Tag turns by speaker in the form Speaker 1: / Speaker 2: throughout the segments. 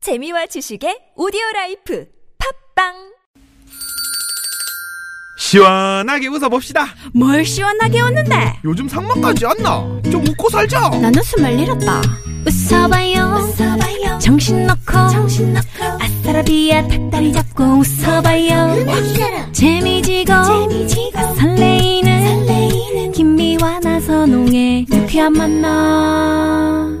Speaker 1: 재미와 지식의 오디오 라이프 팝빵
Speaker 2: 시원하게 웃어봅시다.
Speaker 3: 뭘 시원하게 웃는데
Speaker 2: 요즘 상만까지 안 나. 좀 웃고 살자.
Speaker 3: 나는 숨을 잃었다 웃어봐요, 정신 놓고 아싸라비아 닭다리 잡고 웃어봐요 재미지고, 설레이는, 김미와 나서 농에 유쾌한 만나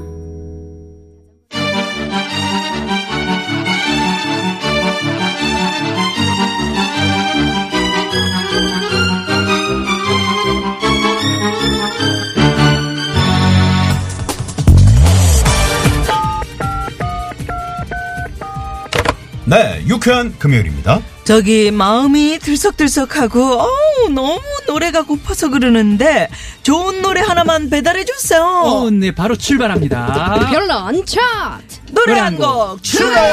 Speaker 4: 네, 유쾌한 금요일입니다.
Speaker 5: 저기 마음이 들썩들썩하고 어우 너무 노래가 고파서 그러는데 좋은 노래 하나만 배달해 주세요.
Speaker 6: 어, 네, 바로 출발합니다.
Speaker 7: 별난 차트
Speaker 5: 노래 한 곡 출발.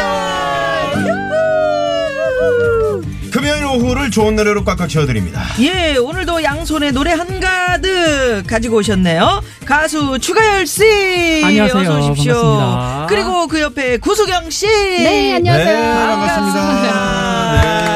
Speaker 5: 유후!
Speaker 4: 금요일 오후를 좋은 노래로 깎아 채워드립니다.
Speaker 5: 예, 오늘도 양손에 노래 한가득 가지고 오셨네요. 가수 추가열 씨,
Speaker 6: 안녕하세요.
Speaker 5: 어서 오십시오.
Speaker 6: 반갑습니다.
Speaker 5: 그리고 그 옆에 구수경 씨. 아,
Speaker 7: 네 안녕하세요
Speaker 4: 반갑습니다.
Speaker 5: 와.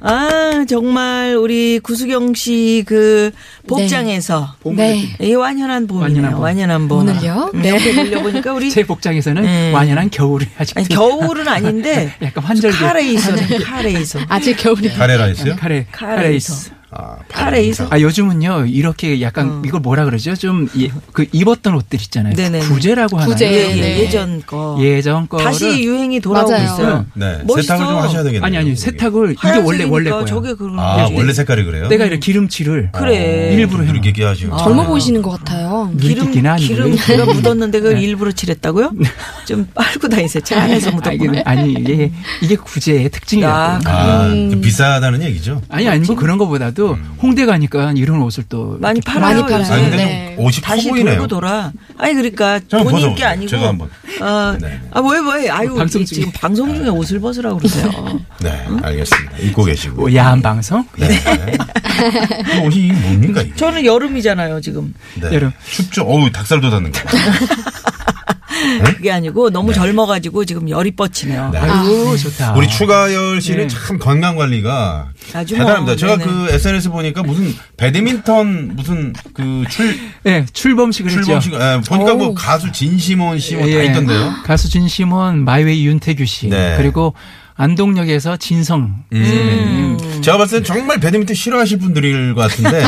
Speaker 5: 아, 정말 우리 구수경 씨 그 복장에서
Speaker 7: 네,
Speaker 5: 예, 이 완연한 봄이네요.
Speaker 6: 완연한
Speaker 5: 완연한,
Speaker 6: 봄.
Speaker 5: 봄.
Speaker 7: 오늘요?
Speaker 5: 음,
Speaker 7: 네.
Speaker 5: 옆에 돌려보니까 우리
Speaker 6: 제 복장에서는
Speaker 5: 네.
Speaker 6: 완연한 겨울을 아직
Speaker 5: 아니, 겨울은 아닌데
Speaker 6: 약간 환절기
Speaker 5: 카레이서 카레이서
Speaker 7: 아직
Speaker 4: 네.
Speaker 7: 겨울이
Speaker 4: 카레라이스요?
Speaker 5: 네.
Speaker 6: 카레
Speaker 5: 카레이스.
Speaker 6: 카레이스.
Speaker 4: 아,
Speaker 5: 카레이서.
Speaker 6: 아 요즘은요 이렇게 약간 이걸 뭐라 그러죠? 좀 그 입었던 옷들 있잖아요.
Speaker 5: 어. 네네네.
Speaker 6: 구제라고 하나요?
Speaker 7: 구제.
Speaker 5: 예, 예,
Speaker 7: 네.
Speaker 5: 예전 거
Speaker 6: 예전 거를 네.
Speaker 5: 다시 유행이 돌아오고
Speaker 7: 맞아요.
Speaker 5: 있어요.
Speaker 4: 네,
Speaker 5: 멋있어.
Speaker 4: 세탁을 좀 하셔야 되겠네요.
Speaker 6: 아니 아니
Speaker 4: 여기.
Speaker 6: 세탁을 이게 원래 원래 거야.
Speaker 5: 저게 그런
Speaker 4: 아,
Speaker 5: 거지.
Speaker 4: 원래 색깔이 그래요?
Speaker 6: 내가 이렇게 기름칠을
Speaker 5: 그래.
Speaker 6: 일부러 해놔.
Speaker 4: 이렇게 하시고.
Speaker 5: 아.
Speaker 7: 젊어 보이시는 것 같아요
Speaker 5: 기름
Speaker 6: 물기긴 하니.
Speaker 5: 기름 기름 묻었는데 그걸
Speaker 6: 네.
Speaker 5: 일부러 칠했다고요? 좀 빨고 다니세요. 차 안에서 묻었구나.
Speaker 6: 알겠네. 아니 이게 이게 구제의
Speaker 5: 아,
Speaker 6: 특징이라고.
Speaker 4: 아,
Speaker 5: 음.
Speaker 4: 좀 비싸다는 얘기죠?
Speaker 6: 아니 아니 뭐 그런 거보다도 홍대 가니까 이런 옷을 또
Speaker 5: 많이
Speaker 6: 이렇게
Speaker 7: 많이
Speaker 5: 팔아요.
Speaker 7: 팔아요.
Speaker 5: 요새.
Speaker 4: 아니, 근데
Speaker 7: 네.
Speaker 4: 좀 옷이 커
Speaker 5: 다시
Speaker 4: 보이네요.
Speaker 5: 돌고 돌아. 아니 그러니까
Speaker 4: 잠깐
Speaker 5: 본인
Speaker 4: 벗어보세요.
Speaker 5: 게 아니고.
Speaker 4: 제가 한번.
Speaker 5: 어,
Speaker 4: 네.
Speaker 5: 아 뭐해 뭐해. 아유
Speaker 6: 방송
Speaker 5: 이-
Speaker 6: 중에.
Speaker 5: 지금 방송 중에 옷을 벗으라 고 그러세요.
Speaker 4: 네,
Speaker 5: 음?
Speaker 4: 알겠습니다. 입고 계시고.
Speaker 6: 뭐 야한 방송?
Speaker 4: 네. 이 옷이 이게 뭡니까, 이게?
Speaker 5: 저는 여름이잖아요 지금.
Speaker 4: 네.
Speaker 6: 여름.
Speaker 4: 춥죠? 어우, 닭살 돋았는 거.
Speaker 5: 그게 아니고
Speaker 6: 네.
Speaker 5: 너무 젊어가지고 지금 열이 뻗치네요.
Speaker 4: 네.
Speaker 6: 아유 좋다.
Speaker 4: 우리 추가열 씨는
Speaker 6: 네.
Speaker 4: 참 건강 관리가
Speaker 5: 아주
Speaker 4: 대단합니다.
Speaker 5: 뭐,
Speaker 4: 제가
Speaker 5: 네네.
Speaker 4: 그 SNS 보니까 무슨 배드민턴 무슨 그출
Speaker 6: 네, 출범식을 했죠.
Speaker 4: 출범식 예, 보니까 뭐
Speaker 7: 어우.
Speaker 4: 가수 진심원 씨 뭐 다
Speaker 6: 예.
Speaker 4: 있던데요.
Speaker 6: 가수 진심원, 마이웨이 윤태규 씨,
Speaker 4: 네.
Speaker 6: 그리고 안동역에서 진성.
Speaker 4: 음. 제가 봤을 때 정말 배드민턴 싫어하실 분들일 것 같은데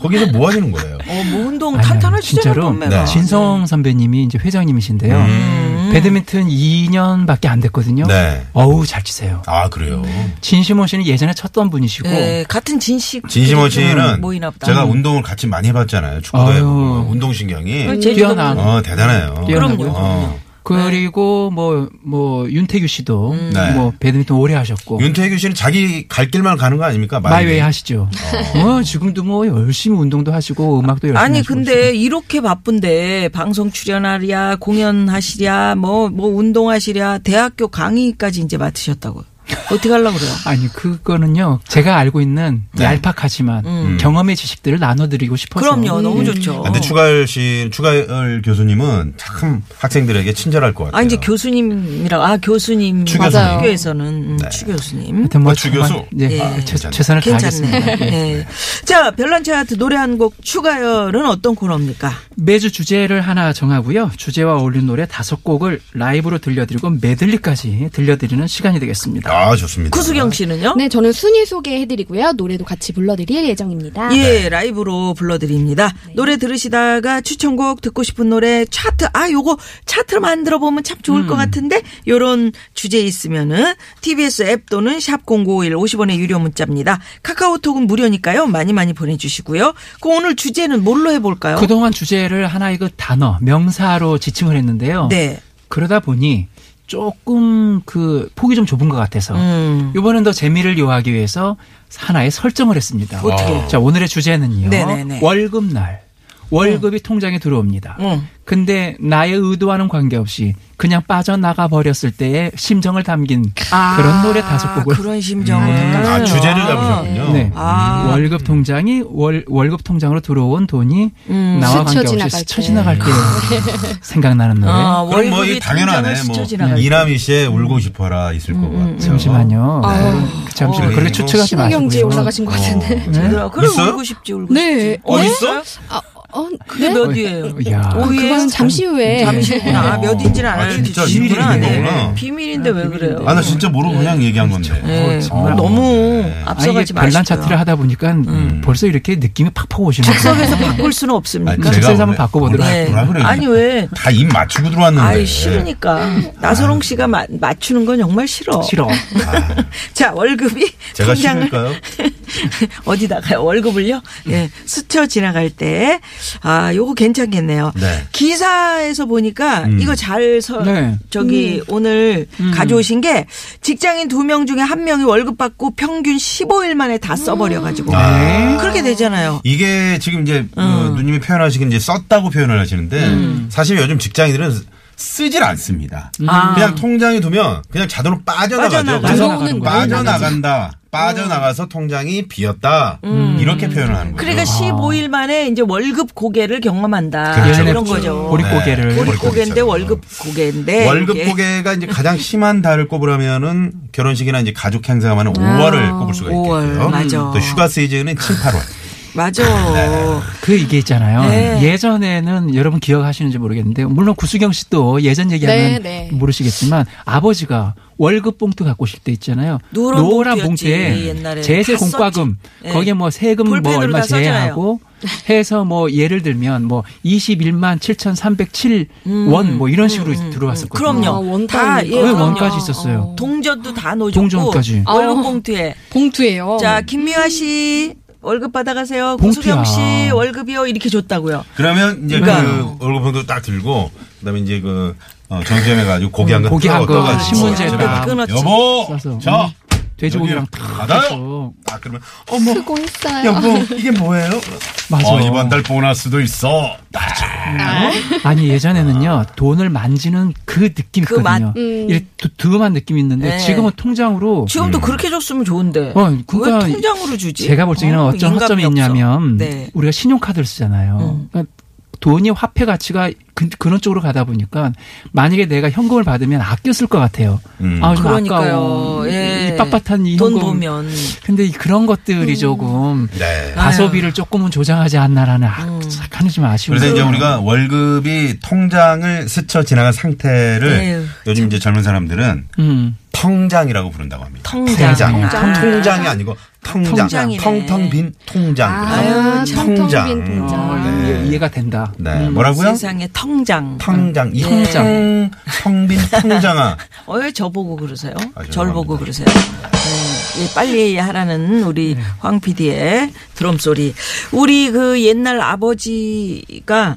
Speaker 4: 거기서 뭐 하시는 거예요?
Speaker 5: 어뭐 운동
Speaker 6: 아니, 아니,
Speaker 5: 탄탄하시잖아요.
Speaker 6: 진짜로
Speaker 5: 몸매가.
Speaker 4: 네. 음.
Speaker 6: 진성 선배님이 이제 회장님이신데요. 배드민턴 2년밖에 안 됐거든요.
Speaker 4: 네.
Speaker 6: 어우 잘 치세요.
Speaker 4: 아 그래요.
Speaker 6: 진심원 씨는 예전에 쳤던 분이시고
Speaker 5: 예, 같은 진식.
Speaker 4: 진심원 씨는
Speaker 5: 그렇죠. 모이나 보다.
Speaker 4: 제가 운동을 같이 많이 해봤잖아요. 축구에
Speaker 6: 아유.
Speaker 4: 운동 신경이
Speaker 5: 제주도
Speaker 6: 뛰어난
Speaker 4: 어 대단해요.
Speaker 6: 뛰어나고요.
Speaker 4: 어.
Speaker 6: 그리고 뭐 뭐 윤태규 씨도
Speaker 5: 음.
Speaker 4: 네.
Speaker 6: 뭐 배드민턴 오래 하셨고
Speaker 4: 윤태규 씨는 자기 갈 길만 가는 거 아닙니까?
Speaker 6: 마이웨이 하시죠. 어, 지금도 뭐 열심히 운동도 하시고 음악도 열심히
Speaker 5: 아니
Speaker 6: 하시고
Speaker 5: 근데 이렇게 바쁜데 방송 출연하랴 공연하시랴 뭐 뭐 운동하시랴 대학교 강의까지 이제 맡으셨다고요. 어떻게 하려고 그래요?
Speaker 6: 아니 그거는요 제가 알고 있는
Speaker 4: 네. 음.
Speaker 6: 얄팍하지만 음. 경험의 지식들을 나눠드리고 싶어서
Speaker 5: 그럼요. 너무
Speaker 6: 아,
Speaker 5: 좋죠.
Speaker 4: 근데 추가열 씨, 추가열 교수님은 참 학생들에게 친절할 것 같아요.
Speaker 5: 아 이제 교수님이라 아 교수님
Speaker 4: 추
Speaker 7: 교수님. 맞아요.
Speaker 5: 학교에서는 음,
Speaker 6: 네.
Speaker 5: 추 교수님.
Speaker 6: 하여튼 뭐
Speaker 4: 어, 주
Speaker 6: 정말,
Speaker 4: 교수.
Speaker 6: 예,
Speaker 5: 예.
Speaker 6: 최, 최선을
Speaker 5: 괜찮네.
Speaker 6: 다하겠습니다. 예.
Speaker 5: 네. 자, 별난 차트 노래 한 곡 추가열은 어떤 코너입니까?
Speaker 6: 매주 주제를 하나 정하고요 주제와 어울리는 노래 다섯 곡을 라이브로 들려드리고 메들리까지 들려드리는 시간이 되겠습니다.
Speaker 4: 아 좋습니다.
Speaker 5: 구수경 씨는요?
Speaker 7: 네 저는 순위 소개해드리고요 노래도 같이 불러드릴 예정입니다
Speaker 5: 예,
Speaker 4: 네.
Speaker 5: 라이브로 불러드립니다.
Speaker 6: 네.
Speaker 5: 노래 들으시다가 추천곡 듣고 싶은 노래 차트, 아, 요거 차트로 만들어 보면 참 좋을
Speaker 6: 음.
Speaker 5: 것 같은데, 요런 주제 있으면은, TBS 앱 또는 샵0951 50원의 유료 문자입니다. 카카오톡은 무료니까요. 많이 많이 보내주시고요. 그럼 오늘 주제는 뭘로
Speaker 4: 아.
Speaker 5: 해볼까요?
Speaker 6: 그동안 주제를 하나의 그 단어 명사로 지칭을 했는데요.
Speaker 5: 네.
Speaker 6: 그러다 보니 조금 그 폭이 좀 좁은 것 같아서
Speaker 5: 음.
Speaker 6: 이번엔 더 재미를 요하기 위해서 하나의 설정을 했습니다.
Speaker 4: 아,
Speaker 5: 어떻게?
Speaker 6: 자 오늘의 주제는요.
Speaker 5: 네네네. 어.
Speaker 6: 월급날. 월급이 통장에 들어옵니다.
Speaker 5: 응.
Speaker 6: 근데 나의 의도와는 관계없이 그냥 빠져나가 버렸을 때의 심정을 담긴
Speaker 5: 아,
Speaker 6: 그런 노래 다섯 곡을 음.
Speaker 5: 그런 심정을
Speaker 4: 아,
Speaker 5: 담가서.
Speaker 4: 주제를 잡으셨군요.
Speaker 6: 네.
Speaker 5: 아.
Speaker 6: 월급 통장이 월, 월급 통장으로 들어온 돈이
Speaker 5: 음.
Speaker 6: 나와
Speaker 7: 스쳐
Speaker 6: 관계없이
Speaker 7: 지나갈
Speaker 6: 스쳐
Speaker 7: 때.
Speaker 6: 지나갈 때 생각나는 노래.
Speaker 5: 아, 네. 어,
Speaker 4: 그럼 뭐
Speaker 5: 월급이
Speaker 4: 이
Speaker 5: 당연하네.
Speaker 4: 당연하네.
Speaker 5: 스쳐 음,
Speaker 4: 뭐
Speaker 5: 지나갈 때.
Speaker 4: 이남희 씨의 울고 싶어라 있을 것 같아요.
Speaker 6: 잠시만요.
Speaker 5: 어.
Speaker 6: 그 잠시만
Speaker 4: 어,
Speaker 6: 그렇게
Speaker 4: 그리고
Speaker 6: 추측하지
Speaker 7: 신경제에
Speaker 6: 마시고요.
Speaker 7: 올라가신 것 같은데.
Speaker 5: 얘들아, 네. 그래
Speaker 4: 어, 네. 있어요?
Speaker 5: 울고 싶지 울고
Speaker 7: 네.
Speaker 5: 싶지.
Speaker 4: 어,
Speaker 7: 네?
Speaker 4: 있어?
Speaker 7: 아, 어,
Speaker 5: 그게
Speaker 7: 네? 아,
Speaker 5: 몇 위예요?
Speaker 6: 어, 야.
Speaker 5: 오
Speaker 7: 그건 잠시 후에.
Speaker 5: 잠시구나. 몇 인지는
Speaker 4: 아, 진짜
Speaker 5: 알려주시구나.
Speaker 4: 비밀인
Speaker 5: 네.
Speaker 4: 거구나.
Speaker 5: 비밀인데 왜 그래요?
Speaker 4: 아, 나 진짜 모르고 그냥 얘기한 건데.
Speaker 5: 네.
Speaker 6: 어, 정말.
Speaker 5: 어, 너무
Speaker 6: 아, 이게
Speaker 5: 앞서가지 마시고요. 음.
Speaker 6: 별난 차트를 하다 보니까 벌써 이렇게 느낌이 팍팍 오시는 거예요.
Speaker 5: 속에서 바꿀 수는
Speaker 4: 아,
Speaker 5: 없습니까?
Speaker 6: 제가 속세에서
Speaker 4: 오늘
Speaker 6: 한번 바꿔보도록
Speaker 4: 뭐라-
Speaker 5: 네.
Speaker 4: 뭐라 그래.
Speaker 5: 아니 왜?
Speaker 4: 다입 맞추고 들어왔는데.
Speaker 5: 아이 싫으니까
Speaker 4: 네.
Speaker 5: 나선홍 씨가 마- 맞추는 건 정말 싫어.
Speaker 6: 싫어.
Speaker 5: 자 월급이
Speaker 4: 아, 제가
Speaker 5: 통장을
Speaker 4: 싫을까요?
Speaker 5: 어디다가요? 월급을요? 예, 스쳐 지나갈 때. 아, 요거 괜찮겠네요.
Speaker 4: 네. 기사에서
Speaker 5: 기사에서 보니까
Speaker 4: 음.
Speaker 5: 이거 잘 서,
Speaker 6: 네. 음.
Speaker 5: 저기 오늘 가져오신 게 직장인 두 명 중에 한 명이 월급 받고 평균 15일 만에 다 써버려가지고.
Speaker 4: 아.
Speaker 5: 그렇게 되잖아요.
Speaker 4: 이게 지금 이제 어, 누님이 표현하시긴 이제 썼다고 표현을 하시는데
Speaker 5: 음.
Speaker 4: 사실 요즘 직장인들은 쓰질 않습니다.
Speaker 5: 아.
Speaker 4: 그냥 통장에 두면 그냥 자동으로 빠져나가죠.
Speaker 5: 빠져나가.
Speaker 4: 그래서
Speaker 7: 들어오는 거예요.
Speaker 4: 빠져나간다. 빠져나가서 통장이 비었다. 이렇게 표현을 하는 거예요.
Speaker 5: 그러니까 15일 만에 이제 월급 고개를 경험한다.
Speaker 4: 그렇죠.
Speaker 5: 이런
Speaker 6: 그렇죠.
Speaker 5: 아, 거죠. 네.
Speaker 6: 보리- 고개를.
Speaker 5: 월급 고개인데
Speaker 4: 고개처럼.
Speaker 5: 월급 고개인데.
Speaker 4: 월급
Speaker 5: 예, 이게.
Speaker 4: 고개가 이제 가장 심한 달을 꼽으라면은 결혼식이나 이제 가족 행사가 많은 5월을 꼽을 수가 있겠고요.
Speaker 5: 오월, 맞아.
Speaker 4: 또 휴가 시즌은 7, 8월.
Speaker 5: 맞아.
Speaker 6: 그 이게 있잖아요.
Speaker 5: 네.
Speaker 6: 예전에는 여러분 기억하시는지 모르겠는데 물론 구수경 씨도 예전 얘기하면
Speaker 7: 네, 네.
Speaker 6: 모르시겠지만 아버지가 월급 봉투 갖고 오실 때 있잖아요.
Speaker 5: 노란 봉투였지,
Speaker 6: 봉투에
Speaker 5: 옛날에.
Speaker 6: 제세
Speaker 5: 다 썼지.
Speaker 6: 공과금
Speaker 5: 네.
Speaker 6: 거기에 뭐 세금 뭐
Speaker 5: 볼펜으로
Speaker 6: 얼마
Speaker 5: 다 써줘요.
Speaker 6: 제외하고 해서 뭐 예를 들면 뭐 21만 7,307원
Speaker 5: 음.
Speaker 6: 뭐 이런 식으로 들어왔었거든요.
Speaker 5: 그럼요.
Speaker 7: 아, 원
Speaker 5: 다,
Speaker 7: 단위.
Speaker 5: 예,
Speaker 6: 왜
Speaker 5: 그럼요.
Speaker 6: 원까지 있었어요?
Speaker 5: 동전도 다 넣어줬고
Speaker 6: 동전까지.
Speaker 5: 월급
Speaker 7: 아우.
Speaker 5: 봉투에
Speaker 7: 봉투예요.
Speaker 5: 자 김미화 씨 월급 받아가세요
Speaker 6: 어. 봉투야.
Speaker 5: 고수경 씨 월급이요 이렇게 줬다고요
Speaker 4: 그러면 이제 그
Speaker 5: 그러니까.
Speaker 4: 월급도 딱 들고 그다음에 이제 그 어, 정점에 가지고 고기 한 거.
Speaker 6: 고기 한 거, 신문지에 딱
Speaker 4: 여보,
Speaker 6: 써서.
Speaker 4: 저
Speaker 6: 돼지고기랑
Speaker 4: 여기
Speaker 6: 다
Speaker 4: 받아요.
Speaker 6: 해서.
Speaker 4: 아 그러면 어머,
Speaker 7: 수고했어요.
Speaker 4: 여보 이게 뭐예요?
Speaker 6: 맞아.
Speaker 4: 어, 이번 달 보너스도 있어.
Speaker 6: 아니 예전에는요 돈을 만지는 그 느낌
Speaker 5: 그 맛,
Speaker 6: 있거든요.
Speaker 7: 음,
Speaker 6: 이렇게 두- 두툼한 느낌이 있는데
Speaker 5: 네.
Speaker 6: 지금은 통장으로
Speaker 5: 지금도 그렇게 줬으면 좋은데
Speaker 6: 어,
Speaker 5: 왜
Speaker 6: 그러니까
Speaker 5: 통장으로 주지
Speaker 6: 제가 볼 적에는
Speaker 5: 어,
Speaker 6: 어, 떤
Speaker 5: 인간미
Speaker 6: 허점이
Speaker 5: 없어.
Speaker 6: 있냐면
Speaker 5: 네. 음.
Speaker 6: 우리가 신용카드를 쓰잖아요. 그러니까 돈이 화폐 가치가 그, 런 쪽으로 가다 보니까 만약에 내가 현금을 받으면 아껴 쓸 것 같아요.
Speaker 4: 음.
Speaker 6: 아, 좀
Speaker 5: 그러니까요
Speaker 6: 아까워.
Speaker 5: 예.
Speaker 6: 이 빳빳한 이
Speaker 5: 돈
Speaker 6: 현금.
Speaker 5: 보면 음.
Speaker 6: 근데 이- 그런 것들이 조금
Speaker 4: 네.
Speaker 6: 과소비를 조금은 조장하지 않나라는 아,
Speaker 5: 음.
Speaker 6: 약간은 좀 아쉬운. 음.
Speaker 4: 그래서 이제
Speaker 6: 생각이
Speaker 4: 우리가 월급이 통장을 스쳐 지나간 상태를
Speaker 5: 에휴,
Speaker 4: 요즘 이제 젊은 사람들은
Speaker 6: 음.
Speaker 4: 통장이라고 부른다고 합니다.
Speaker 5: 통장.
Speaker 4: 통장.
Speaker 5: 통장.
Speaker 4: 통장이 아니고 통장.
Speaker 5: 통장이네.
Speaker 4: 텅텅 빈 통장.
Speaker 7: 아,
Speaker 4: 그래서
Speaker 7: 텅텅 빈 통장.
Speaker 4: 네.
Speaker 6: 아, 이해- 이해가 된다. 음.
Speaker 4: 네. 뭐라고요?
Speaker 5: 세상에 통장
Speaker 4: 통장. 이
Speaker 5: 예.
Speaker 4: 통장. 텅빈 통장아.
Speaker 5: 어, 왜 저보고 그러세요?
Speaker 4: 아, 죄송합니다.
Speaker 5: 절 보고 그러세요? 네, 예, 빨리 하라는
Speaker 6: 네.
Speaker 5: 우리 황 PD의 드럼 소리. 우리 그 옛날 아버지가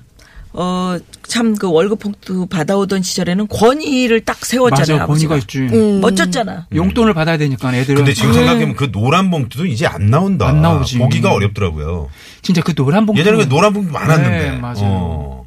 Speaker 5: 어, 참 그 월급 폭도 받아오던 시절에는 권위를 딱 세웠잖아요.
Speaker 6: 맞아,
Speaker 5: 뭐 아버지가. 음.
Speaker 6: 권위가 음. 있지.
Speaker 5: 멋졌잖아.
Speaker 6: 용돈을 받아야 되니까 애들은
Speaker 4: 근데 지금 생각해보면 그 노란 봉투도 이제 안 나온다.
Speaker 6: 안 나오지.
Speaker 4: 보기가 어렵더라고요.
Speaker 6: 진짜 그 노란 봉투
Speaker 4: 예전에 그 노란 봉투 많았는데.
Speaker 6: 네, 맞아요.
Speaker 4: 어.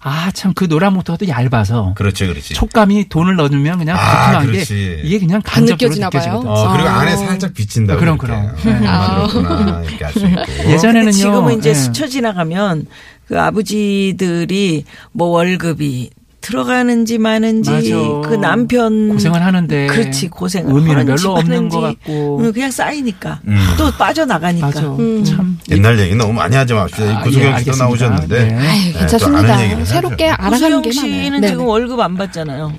Speaker 6: 아참 그 노란 봉투가 또 얇아서
Speaker 4: 그렇지, 그렇지.
Speaker 6: 촉감이 돈을 넣어주면 그냥
Speaker 4: 아,
Speaker 6: 두툼한 게
Speaker 4: 그렇지.
Speaker 6: 이게 그냥 간접적으로
Speaker 7: 느껴지나 봐요?
Speaker 6: 느껴지거든.
Speaker 4: 어, 그리고
Speaker 7: 아.
Speaker 4: 안에 살짝 비친다.
Speaker 6: 그럼, 그럼. 네.
Speaker 4: 그렇구나. 이렇게 할 수 있고.
Speaker 6: 예전에는요.
Speaker 5: 근데 지금은 이제
Speaker 6: 예.
Speaker 5: 스쳐 지나가면 그 아버지들이 뭐 월급이 들어가는지 마는지
Speaker 6: 맞아.
Speaker 5: 그 남편
Speaker 6: 음. 고생을 하는데
Speaker 5: 음, 그렇지 고생을
Speaker 6: 의미는
Speaker 5: 하는지
Speaker 6: 별로 없는
Speaker 5: 마는지.
Speaker 6: 것 같고.
Speaker 5: 음, 그냥 쌓이니까 음.
Speaker 4: 음.
Speaker 5: 또 빠져나가니까
Speaker 6: 맞아 참
Speaker 4: 옛날 얘기 너무 많이 하지 맙시다.
Speaker 6: 아,
Speaker 4: 네, 구수경
Speaker 6: 예,
Speaker 4: 씨도
Speaker 6: 알겠습니다.
Speaker 4: 나오셨는데.
Speaker 6: 네.
Speaker 7: 아유,
Speaker 4: 네, 또 아는
Speaker 7: 괜찮습니다.
Speaker 4: 얘기를
Speaker 7: 새롭게
Speaker 4: 해야죠.
Speaker 7: 알아가는
Speaker 5: 구수영
Speaker 7: 게 많아요.
Speaker 5: 씨는
Speaker 7: 네네.
Speaker 5: 지금 월급 안 받잖아요.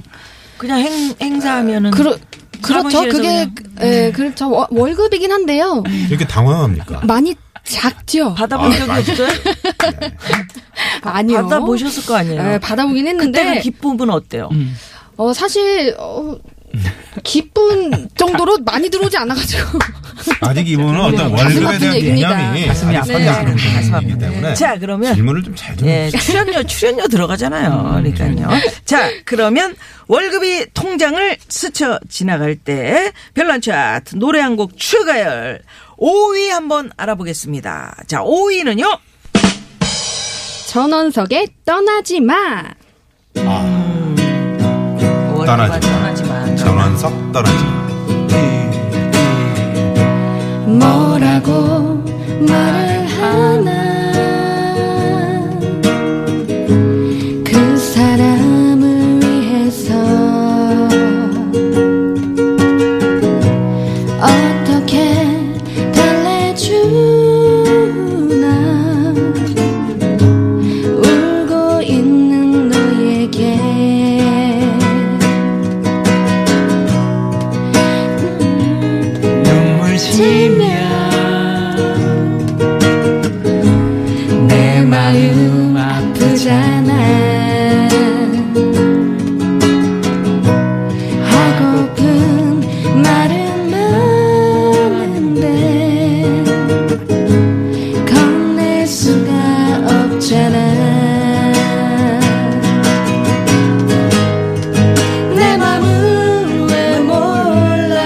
Speaker 5: 그냥 행, 행사하면은
Speaker 7: 그러, 그렇죠.
Speaker 5: 사무실에서
Speaker 7: 그게, 예, 그렇죠. 월- 월급이긴 한데요.
Speaker 4: 이렇게 당황합니까?
Speaker 7: 많이 작죠.
Speaker 5: 받아본 적이
Speaker 4: 맞아.
Speaker 5: 없어요.
Speaker 7: 아니요.
Speaker 5: 받아보셨을 거 아니에요.
Speaker 7: 예, 받아보긴
Speaker 5: 그때 그
Speaker 7: 했는데,
Speaker 5: 기쁨은 어때요?
Speaker 4: 음.
Speaker 7: 어, 사실, 어, 기쁜 정도로 많이 들어오지 않아가지고.
Speaker 4: 아직 이분은 어떤
Speaker 7: 가슴
Speaker 4: 월급에
Speaker 7: 아픈
Speaker 4: 대한
Speaker 7: 얘기입니다.
Speaker 4: 개념이
Speaker 7: 가슴이
Speaker 4: 아직
Speaker 6: 아프네요.
Speaker 4: 선이 안
Speaker 6: 네. 가슴
Speaker 4: 되기 때문에
Speaker 5: 자 그러면
Speaker 4: 질문을 좀 잘 좀.
Speaker 5: 예, 출연료 출연료 들어가잖아요.
Speaker 4: 음,
Speaker 5: 그러니까요.
Speaker 4: 네.
Speaker 5: 자 그러면 월급이 통장을 스쳐 지나갈 때 별난 차트 노래 한 곡 추가열 5위 한번 알아보겠습니다. 자 5위는요.
Speaker 7: 전원석의 떠나지 마.
Speaker 4: 떠나지 마.
Speaker 5: 마.
Speaker 4: 전원석 떨어지.
Speaker 5: 네.
Speaker 3: 뭐라고 말을 하나 그 사람을 위해서 어떻게 달래주나 울고 있는 너에게
Speaker 6: 눈물 지면 내 마음 아프잖아
Speaker 3: 아프잖아 하고픈 말은 많은데 건넬 수가 없잖아 내 맘을 왜 몰라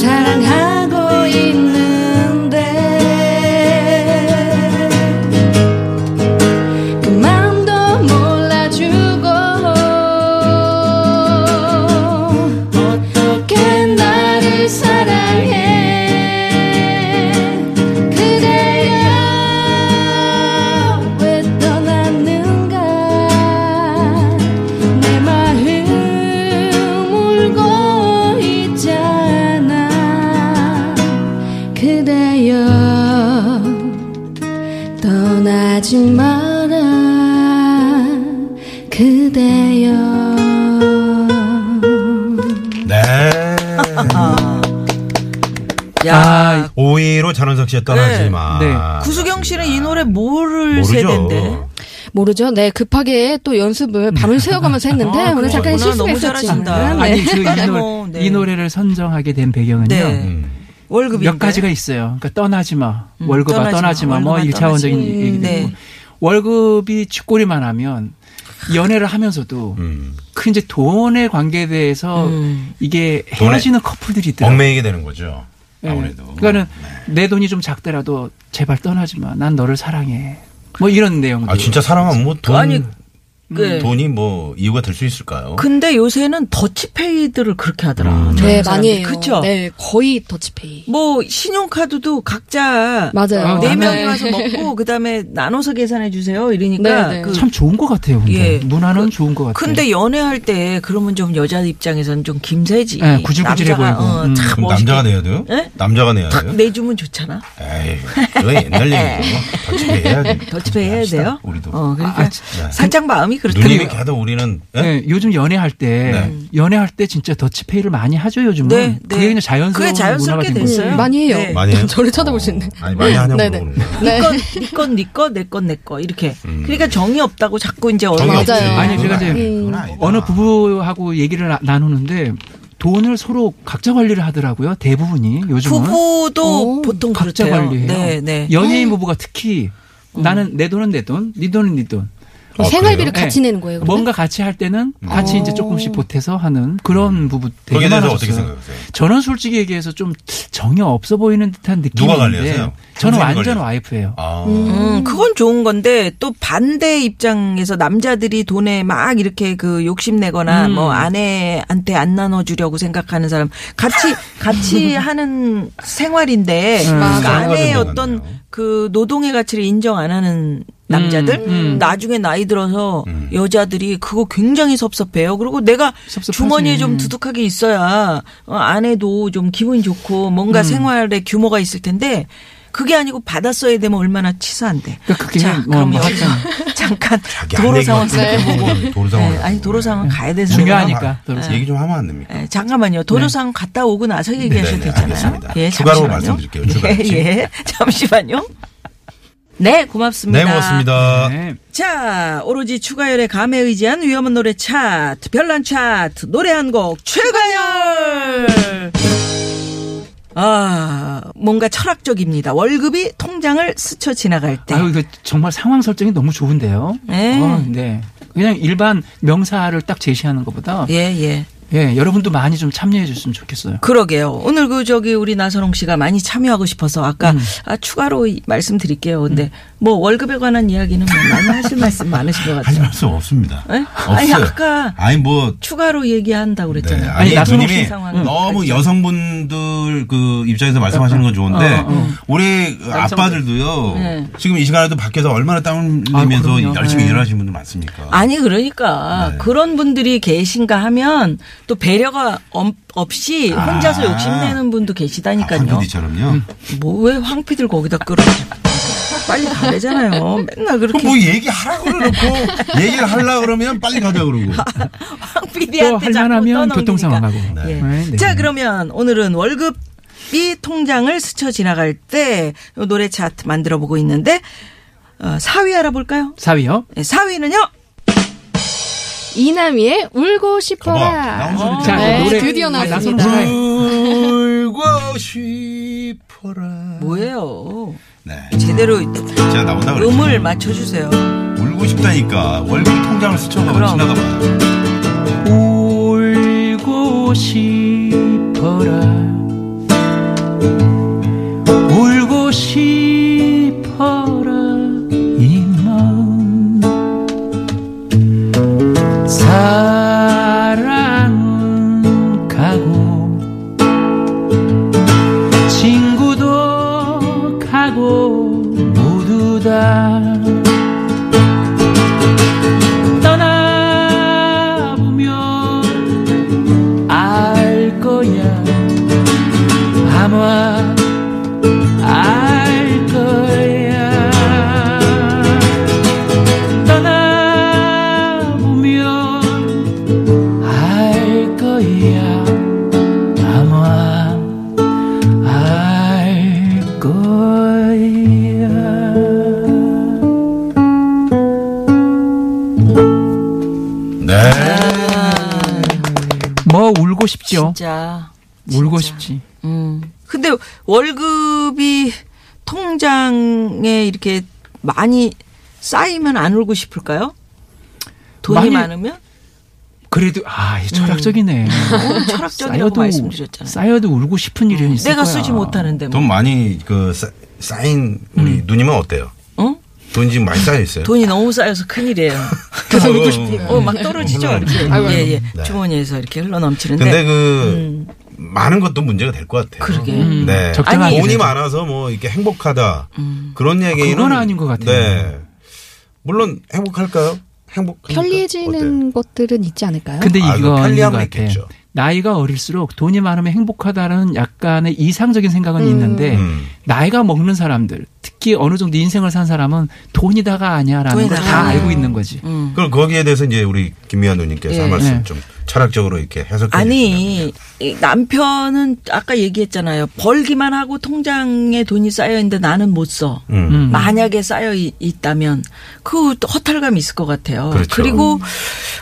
Speaker 3: 사랑하고 있는데 그 맘도 몰라주고 어떻게 나를 사랑해 그대여 왜 떠났는가 내 마음 울고 있잖아 그대여 떠나지 마라 그대여
Speaker 4: 네.
Speaker 5: 아. 야.
Speaker 4: 오이로 전원석 씨의 떠나지
Speaker 5: 네.
Speaker 4: 마.
Speaker 6: 네.
Speaker 5: 구수경 씨는 이 노래 모를
Speaker 4: 아, 모르죠.
Speaker 5: 세대인데.
Speaker 7: 모르죠. 네, 급하게 또 연습을 밤을 새워가면서 했는데
Speaker 5: 음. 아,
Speaker 7: 오늘 잠깐
Speaker 5: 그렇구나. 너무 잘하신다.
Speaker 7: 실수했었지만.
Speaker 6: 아니 그 이
Speaker 5: 네.
Speaker 6: 노-
Speaker 5: 네.
Speaker 6: 이 노래를 선정하게 된 배경은요
Speaker 5: 네.
Speaker 4: 음.
Speaker 5: 월급이
Speaker 6: 몇 가지가 있어요. 그러니까 떠나지 마,
Speaker 5: 음,
Speaker 6: 월급아
Speaker 5: 떠나지
Speaker 6: 떠나지,
Speaker 5: 마,
Speaker 6: 마, 뭐
Speaker 5: 월급아
Speaker 6: 일차원적인
Speaker 5: 떠나지 마.
Speaker 6: 얘기도
Speaker 5: 네.
Speaker 6: 있고 월급이 쥐꼬리만 하면 연애를 하면서도
Speaker 4: 음.
Speaker 6: 그 이제 돈의 관계에 대해서
Speaker 5: 음.
Speaker 6: 이게
Speaker 4: 돈에
Speaker 6: 헤어지는 커플들이 있더라고요.
Speaker 4: 얽매이게 되는 거죠.
Speaker 6: 예.
Speaker 4: 아무래도. 네.
Speaker 6: 그러니까는 내 돈이 좀 작더라도 제발 떠나지 마. 난 너를 사랑해. 뭐 이런 내용들.
Speaker 4: 아 진짜 사람은 뭐 돈,
Speaker 5: 그 아니, 네. 그
Speaker 4: 돈이 뭐 이유가 될 수 있을까요?
Speaker 5: 근데 요새는 더치페이드를 그렇게 하더라.
Speaker 4: 음.
Speaker 7: 네, 많이 해요.
Speaker 5: 그렇죠.
Speaker 7: 네, 거의 더치페이.
Speaker 5: 뭐 신용카드도 각자
Speaker 7: 맞아요.
Speaker 6: 아,
Speaker 5: 네
Speaker 6: 네.
Speaker 5: 명이 와서 먹고 그다음에 나눠서 계산해 주세요. 이러니까
Speaker 7: 네, 네.
Speaker 5: 그
Speaker 6: 참 좋은 것 같아요. 근데
Speaker 5: 예.
Speaker 6: 문화는 좋은 것 같아요.
Speaker 5: 근데 연애할 때 그러면 좀 여자 입장에선 좀 김새지.
Speaker 6: 예, 구질구질해
Speaker 5: 남자가,
Speaker 6: 보이고.
Speaker 5: 어,
Speaker 6: 음.
Speaker 5: 참
Speaker 4: 그럼
Speaker 5: 멋있게
Speaker 4: 남자가 내야 네. 돼요?
Speaker 5: 예?
Speaker 4: 남자가 내야
Speaker 5: 탁
Speaker 4: 돼요?
Speaker 5: 내주면 좋잖아.
Speaker 4: 에이, 그거 옛날 얘기고 더치페이 해야 돼.
Speaker 5: 네. 더치페이 해야
Speaker 4: 합시다,
Speaker 5: 돼요.
Speaker 4: 우리도.
Speaker 5: 어, 그러니까
Speaker 6: 아,
Speaker 4: 네.
Speaker 5: 살짝 마음이 그렇다.
Speaker 4: 누님이 걔도 우리는 예?
Speaker 5: 네.
Speaker 6: 예, 요즘 연애할 때
Speaker 4: 네.
Speaker 6: 연애할 때 진짜 더치페이를 많이 하죠
Speaker 5: 음.
Speaker 6: 요즘은.
Speaker 5: 네, 네.
Speaker 6: 그게 그냥 자연스러운
Speaker 5: 그게 자연스럽게
Speaker 6: 문화가 된 거죠.
Speaker 5: 됐어요.
Speaker 7: 음, 많이 해요.
Speaker 5: 네.
Speaker 4: 많이 해요?
Speaker 7: 저를 쳐다보시네.
Speaker 4: 어, 아니 많이 하냐고
Speaker 7: 네네.
Speaker 4: 물어보는 거야.
Speaker 7: 네.
Speaker 5: 네건네건내거내거 이렇게.
Speaker 4: 음.
Speaker 5: 그러니까 정이 없다고 자꾸 어, 이제 얼마
Speaker 4: 정이 없지.
Speaker 7: 맞아요.
Speaker 6: 아니, 제가 이제
Speaker 4: 그건 아니다.
Speaker 6: 어느 부부하고 얘기를 나- 나누는데 돈을 서로 각자 관리를 하더라고요. 대부분이 요즘은
Speaker 5: 부부도
Speaker 7: 오,
Speaker 5: 보통
Speaker 6: 각자
Speaker 5: 그렇대요.
Speaker 6: 관리해요.
Speaker 5: 네, 음. 네.
Speaker 6: 연예인 부부가 특히 나는 내 돈은 내 돈, 네 돈은 네 돈.
Speaker 4: 아,
Speaker 7: 뭐 생활비를
Speaker 6: 그래요?
Speaker 7: 같이
Speaker 6: 네.
Speaker 7: 내는 거예요. 그러면?
Speaker 6: 뭔가 같이 할 때는 같이
Speaker 5: 어.
Speaker 6: 이제 조금씩 보태서 하는 그런 부부 되게
Speaker 4: 음. 거기에 대해서
Speaker 6: 많아졌어요.
Speaker 4: 어떻게 생각하세요?
Speaker 6: 저는 솔직히 얘기해서 좀 정이 없어 보이는 듯한 느낌인데
Speaker 4: 누가 관리하세요?
Speaker 6: 저는
Speaker 4: 선생님이
Speaker 6: 완전
Speaker 4: 관리하세요?
Speaker 6: 와이프예요.
Speaker 4: 아,
Speaker 5: 음, 그건 좋은 건데 또 반대 입장에서 남자들이 돈에 막 이렇게 그
Speaker 4: 음.
Speaker 5: 욕심내거나 뭐 아내한테 안 나눠주려고 생각하는 사람 같이 같이 하는 생활인데 그
Speaker 4: 음. 맞아.
Speaker 5: 아내의
Speaker 4: 맞아.
Speaker 5: 어떤 그 노동의 가치를 인정 안 하는 남자들 나중에 나이 들어서
Speaker 4: 음.
Speaker 5: 여자들이 그거 굉장히 섭섭해요. 그리고 내가
Speaker 6: 섭섭하지.
Speaker 5: 주머니에
Speaker 6: 음.
Speaker 5: 좀 두둑하게 있어야 어, 아내도 좀 기분이 좋고
Speaker 6: 음.
Speaker 5: 뭔가 생활의 규모가 있을 텐데 그게 아니고 받았어야 되면 얼마나 치사한데.
Speaker 6: 그러니까 그게
Speaker 5: 자,
Speaker 6: 뭐,
Speaker 5: 그럼
Speaker 6: 뭐
Speaker 5: 여기서 잠깐
Speaker 4: 자기
Speaker 5: 도로
Speaker 4: 아내가
Speaker 5: 상황
Speaker 4: 어떻게
Speaker 5: 살펴보고.
Speaker 4: 보고 도로 상황
Speaker 5: 네, 아니 도로 상황 가야 되는
Speaker 6: 중요하니까. 도로
Speaker 4: 얘기 좀 하면 안 됩니까?
Speaker 5: 예, 잠깐만요.
Speaker 6: 네.
Speaker 5: 도로상 갔다 오고 나서 얘기하셔도
Speaker 4: 네, 네,
Speaker 5: 되잖아요.
Speaker 4: 알겠습니다.
Speaker 5: 예,
Speaker 4: 추가로
Speaker 5: 잠시만요.
Speaker 4: 말씀드릴게요. 추가
Speaker 5: 예, 예. 잠시만요. 네, 고맙습니다.
Speaker 4: 네, 고맙습니다.
Speaker 6: 네.
Speaker 5: 자, 오로지 추가열의 감에 의지한 위험한 노래 차트, 별난 차트, 노래 한 곡 추가열! 아, 뭔가 철학적입니다. 월급이 통장을 스쳐 지나갈 때.
Speaker 6: 아유, 이거 정말 상황 설정이 너무 좋은데요.
Speaker 5: 네.
Speaker 6: 어, 네. 그냥 일반 명사를 딱 제시하는 것보다
Speaker 5: 예, 예.
Speaker 6: 예, 여러분도 많이 좀 참여해 주셨으면 좋겠어요.
Speaker 5: 그러게요. 오늘 그 저기 우리 나선홍 씨가 많이 참여하고 싶어서 아까 아, 추가로 이- 말씀드릴게요. 근데 뭐 월급에 관한 이야기는 뭐 많이 하실 말씀 많으신 것
Speaker 4: 하지
Speaker 5: 같아요.
Speaker 4: 말수 없습니다.
Speaker 5: 예?
Speaker 4: 없어요.
Speaker 5: 아니 아까
Speaker 4: 아니 뭐
Speaker 5: 추가로 얘기한다고
Speaker 4: 네.
Speaker 5: 그랬잖아요.
Speaker 4: 아니,
Speaker 6: 아니, 나선홍
Speaker 4: 누님이
Speaker 5: 씨 상황은
Speaker 4: 너무 여성분들 그 입장에서 말씀하시는 건 좋은데
Speaker 5: 어,
Speaker 4: 우리 아빠들도요
Speaker 5: 네.
Speaker 4: 지금 이 시간에도 밖에서 얼마나 땀
Speaker 6: 아,
Speaker 4: 흘리면서
Speaker 6: 그럼요.
Speaker 4: 열심히
Speaker 6: 네.
Speaker 4: 일하시는 분들 많습니까?
Speaker 5: 아니 그러니까 그런 분들이 계신가 하면 또 배려가 엄- 없이 혼자서
Speaker 4: 아.
Speaker 5: 욕심내는 분도
Speaker 6: 아,
Speaker 5: 계시다니까요.
Speaker 4: PD처럼요.
Speaker 5: 뭐 왜 황피들 거기다 끌어? 빨리 가래잖아요. 맨날
Speaker 4: 그럼
Speaker 5: 그렇게
Speaker 4: 뭐 얘기하라 그러고 얘기를 하려 그러면 빨리 가자 그러고
Speaker 5: 아,
Speaker 6: 또
Speaker 5: 황피디한테 자꾸
Speaker 6: 할만하면
Speaker 5: 떠넘기니까.
Speaker 6: 교통상황하고.
Speaker 5: 예.
Speaker 6: 네, 네.
Speaker 5: 자 그러면 오늘은 월급 이 통장을 스쳐 지나갈 때요 노래 차트 만들어 보고 있는데 어, 4위 알아볼까요?
Speaker 6: 사위요.
Speaker 5: 네, 4위는요.
Speaker 3: 이남이의 울고
Speaker 4: 거봐 나온
Speaker 3: 싶어라.
Speaker 4: 소리
Speaker 6: 자,
Speaker 7: 네,
Speaker 6: 노래.
Speaker 7: 드디어
Speaker 6: 아,
Speaker 7: 나왔습니다.
Speaker 6: 나선홍 씨가 해.
Speaker 5: 어.
Speaker 4: 울고 싶어라
Speaker 5: 뭐예요?
Speaker 4: 네
Speaker 5: 제대로
Speaker 6: 음.
Speaker 4: 제가 나온다 그랬죠
Speaker 5: 음을 맞춰 주세요.
Speaker 4: 울고 싶다니까 월급 통장을 스쳐가고
Speaker 5: 그럼. 아.
Speaker 4: 지나가봐
Speaker 6: 울고 싶어라 울고 싶어라 이 마음 사랑은 가고 친구도 가고 모두 다 떠나보면 알 거야 아마 알 거야 떠나보면 알 거야 아마 알 거야
Speaker 4: 네
Speaker 6: 뭐 울고 싶죠.
Speaker 5: 진짜.
Speaker 6: 울고
Speaker 5: 진짜.
Speaker 6: 싶지.
Speaker 5: 음. 근데 월급이 통장에 이렇게 많이 쌓이면 안 울고 싶을까요? 돈이
Speaker 6: 많이-
Speaker 5: 많으면 어,
Speaker 6: 그래도 아이 철학적이네.
Speaker 5: 철학적이라고 말씀드렸잖아요.
Speaker 6: 쌓여도 울고 싶은 일은 있을
Speaker 5: 내가
Speaker 6: 거야.
Speaker 5: 쓰지 못하는데 뭐.
Speaker 4: 돈 많이 그 쌓- 쌓인 우리 누님은 어때요?
Speaker 5: 어?
Speaker 4: 돈 지금 많이 쌓여 있어요.
Speaker 5: 돈이 너무 쌓여서 큰일이에요.
Speaker 4: 그래서 먹고 싶은
Speaker 5: 어, 막 떨어지죠.
Speaker 4: 음.
Speaker 5: 이렇게.
Speaker 4: 아이고,
Speaker 5: 예, 예.
Speaker 4: 네.
Speaker 5: 주머니에서 이렇게 흘러 넘치는데.
Speaker 4: 근데 그 많은 것도 문제가 될 것 같아요.
Speaker 5: 네. 그러게.
Speaker 6: 음,
Speaker 4: 네.
Speaker 6: 적당한
Speaker 5: 아니,
Speaker 4: 돈이
Speaker 6: 기준.
Speaker 4: 많아서 뭐 이렇게 행복하다 그런 얘기는
Speaker 6: 그건 아닌 것 같아요.
Speaker 4: 네. 물론 행복할까요? 행복
Speaker 7: 편리해지는 것들은 있지 않을까요?
Speaker 6: 근데
Speaker 4: 아, 이거
Speaker 6: 이거 있는
Speaker 4: 편리함은
Speaker 6: 것 같아.
Speaker 4: 있겠죠.
Speaker 6: 나이가 어릴수록 돈이 많으면 행복하다는 약간의 이상적인 생각은 있는데
Speaker 4: 음.
Speaker 6: 나이가 먹는 사람들, 특히 어느 정도 인생을 산 사람은 돈이다가 아니야라는
Speaker 5: 돈이
Speaker 6: 걸
Speaker 5: 다가
Speaker 6: 다
Speaker 5: 아니야.
Speaker 6: 알고 있는 거지.
Speaker 5: 음.
Speaker 4: 그럼 거기에 대해서 이제 우리 김미아 누님께서
Speaker 5: 예.
Speaker 4: 한 말씀
Speaker 6: 예.
Speaker 4: 좀 철학적으로 이렇게 해석해 주시면
Speaker 5: 아니 이 남편은 아까 얘기했잖아요. 벌기만 하고 통장에 돈이 쌓여 있는데 나는 못 써.
Speaker 4: 음.
Speaker 6: 음.
Speaker 5: 만약에 쌓여 이- 있다면 그 허탈감이 있을 것 같아요.
Speaker 4: 그렇죠.
Speaker 5: 리고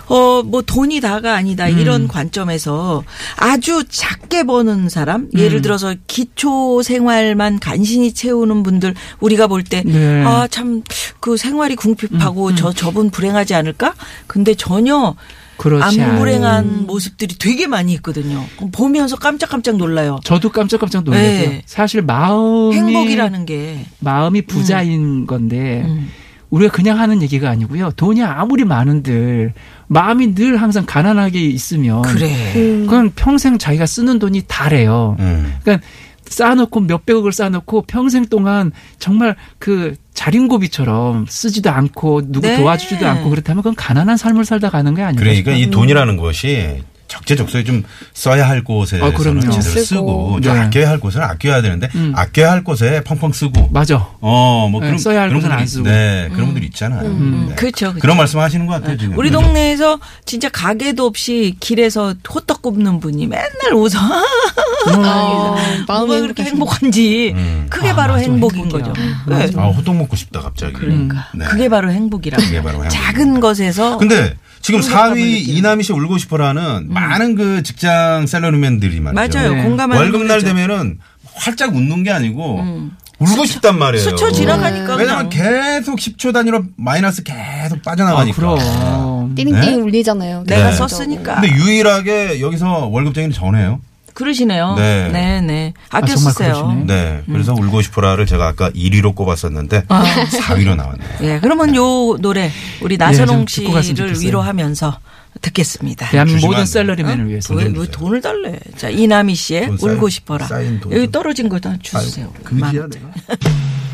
Speaker 5: 어 뭐 돈이 다가 아니다
Speaker 6: 음.
Speaker 5: 이런 관점에서 아주 작게 버는 사람
Speaker 6: 음.
Speaker 5: 예를 들어서 기초 생활만 간신히 채우는 분들 우리가 볼 때
Speaker 6: 네. 음,
Speaker 5: 아 참 그 생활이 궁핍하고 저 저분 불행하지 않을까? 근데 전혀
Speaker 6: 그렇지
Speaker 5: 안
Speaker 6: 않아요.
Speaker 5: 불행한 모습들이 되게 많이 있거든요. 그럼 보면서 깜짝깜짝 놀라요.
Speaker 6: 저도 깜짝깜짝 놀랐고요.
Speaker 5: 네.
Speaker 6: 사실 마음이
Speaker 5: 행복이라는 게
Speaker 6: 마음이 부자인 건데
Speaker 5: 음.
Speaker 6: 우리가 그냥 하는 얘기가 아니고요. 돈이 아무리 많은들 마음이 늘 항상 가난하게 있으면
Speaker 5: 그래.
Speaker 7: 음.
Speaker 6: 그건 평생 자기가 쓰는 돈이 다래요.
Speaker 4: 음.
Speaker 6: 그러니까 쌓아놓고 몇백억을 쌓아놓고 평생 동안 정말 그 자린고비처럼 쓰지도 않고 누구
Speaker 5: 네.
Speaker 6: 도와주지도 않고 그렇다면 그건 가난한 삶을 살다 가는 게 아닌가
Speaker 4: 그러니까
Speaker 6: 싶어요.
Speaker 4: 이 돈이라는 것이 적재적소에 좀 써야 할 곳에
Speaker 6: 아, 그럼요.
Speaker 4: 제대로 쓰고
Speaker 7: 쓰고.
Speaker 4: 좀
Speaker 6: 네.
Speaker 4: 아껴야 할 곳은 아껴야 되는데
Speaker 6: 음.
Speaker 4: 아껴야 할 곳에 펑펑 쓰고
Speaker 6: 맞아.
Speaker 4: 어, 뭐
Speaker 6: 네,
Speaker 4: 그런
Speaker 6: 써야 할
Speaker 4: 그런
Speaker 6: 곳은
Speaker 4: 분들이
Speaker 6: 안
Speaker 4: 있-
Speaker 6: 쓰고. 음.
Speaker 4: 네, 그런 분들 있잖아요. 네.
Speaker 5: 그렇죠. 그렇죠.
Speaker 4: 그런 말씀하시는 것 같아요 지금.
Speaker 5: 우리 동네에서 진짜 가게도 없이 길에서 호떡 굽는 분이 맨날 웃어.
Speaker 4: 그러니까.
Speaker 7: 어,
Speaker 5: 뭐가
Speaker 7: 마음이
Speaker 5: 아, 그렇게 행복한지.
Speaker 4: 음.
Speaker 5: 그게
Speaker 6: 아,
Speaker 5: 바로
Speaker 6: 맞아.
Speaker 5: 행복인
Speaker 6: 행복이야.
Speaker 5: 거죠.
Speaker 6: 맞아.
Speaker 5: 네.
Speaker 4: 아 호떡 먹고 싶다 갑자기.
Speaker 5: 그러니까.
Speaker 4: 음. 네.
Speaker 5: 그게 바로 행복이라고.
Speaker 4: 그게 바로 행복입니다.
Speaker 5: 작은 것에서.
Speaker 4: 근데 지금
Speaker 5: 행복감을
Speaker 4: 4위
Speaker 5: 느끼는.
Speaker 4: 이남희 씨 울고 싶어라는 많은 그 직장 셀러리맨들이 말이죠.
Speaker 5: 음. 맞아요.
Speaker 6: 네.
Speaker 5: 공감하는.
Speaker 4: 월급날
Speaker 5: 거죠.
Speaker 4: 되면은 활짝 웃는 게 아니고
Speaker 5: 음.
Speaker 4: 울고 싶단 말이에요.
Speaker 5: 스쳐 지나가니까
Speaker 4: 어. 왜냐면
Speaker 5: 그냥.
Speaker 4: 계속 10초 단위로 마이너스 계속
Speaker 6: 아,
Speaker 4: 빠져나가니까.
Speaker 6: 그럼.
Speaker 7: 띠링띠링 울리잖아요.
Speaker 5: 내가
Speaker 4: 네.
Speaker 5: 썼으니까.
Speaker 4: 근데 유일하게 여기서 월급쟁이는 전해요.
Speaker 5: 그러시네요.
Speaker 4: 네.
Speaker 5: 네, 네. 아껴
Speaker 6: 아, 정말
Speaker 5: 쓰세요.
Speaker 6: 그러시네.
Speaker 4: 네. 그래서 울고 싶어라를 제가 아까 1위로 꼽았었는데 4위로 나왔네요.
Speaker 5: 예, 그러면 요 노래 우리 나선홍
Speaker 6: 좀 듣고 갔으면
Speaker 5: 씨를
Speaker 6: 좋겠어요.
Speaker 5: 위로하면서 듣겠습니다.
Speaker 6: 대한민국
Speaker 4: 주시면
Speaker 6: 모든
Speaker 4: 안 돼요.
Speaker 6: 셀러리맨을
Speaker 5: 왜,
Speaker 6: 위해서.
Speaker 4: 돈 좀
Speaker 5: 왜
Speaker 4: 주세요.
Speaker 5: 돈을 달래? 자 이남희 씨의
Speaker 4: 돈 쌓인-
Speaker 5: 울고 싶어라.
Speaker 4: 쌓인 그 돈
Speaker 5: 여기
Speaker 4: 좀.
Speaker 5: 떨어진 거다 주세요.
Speaker 2: 그지야 내가.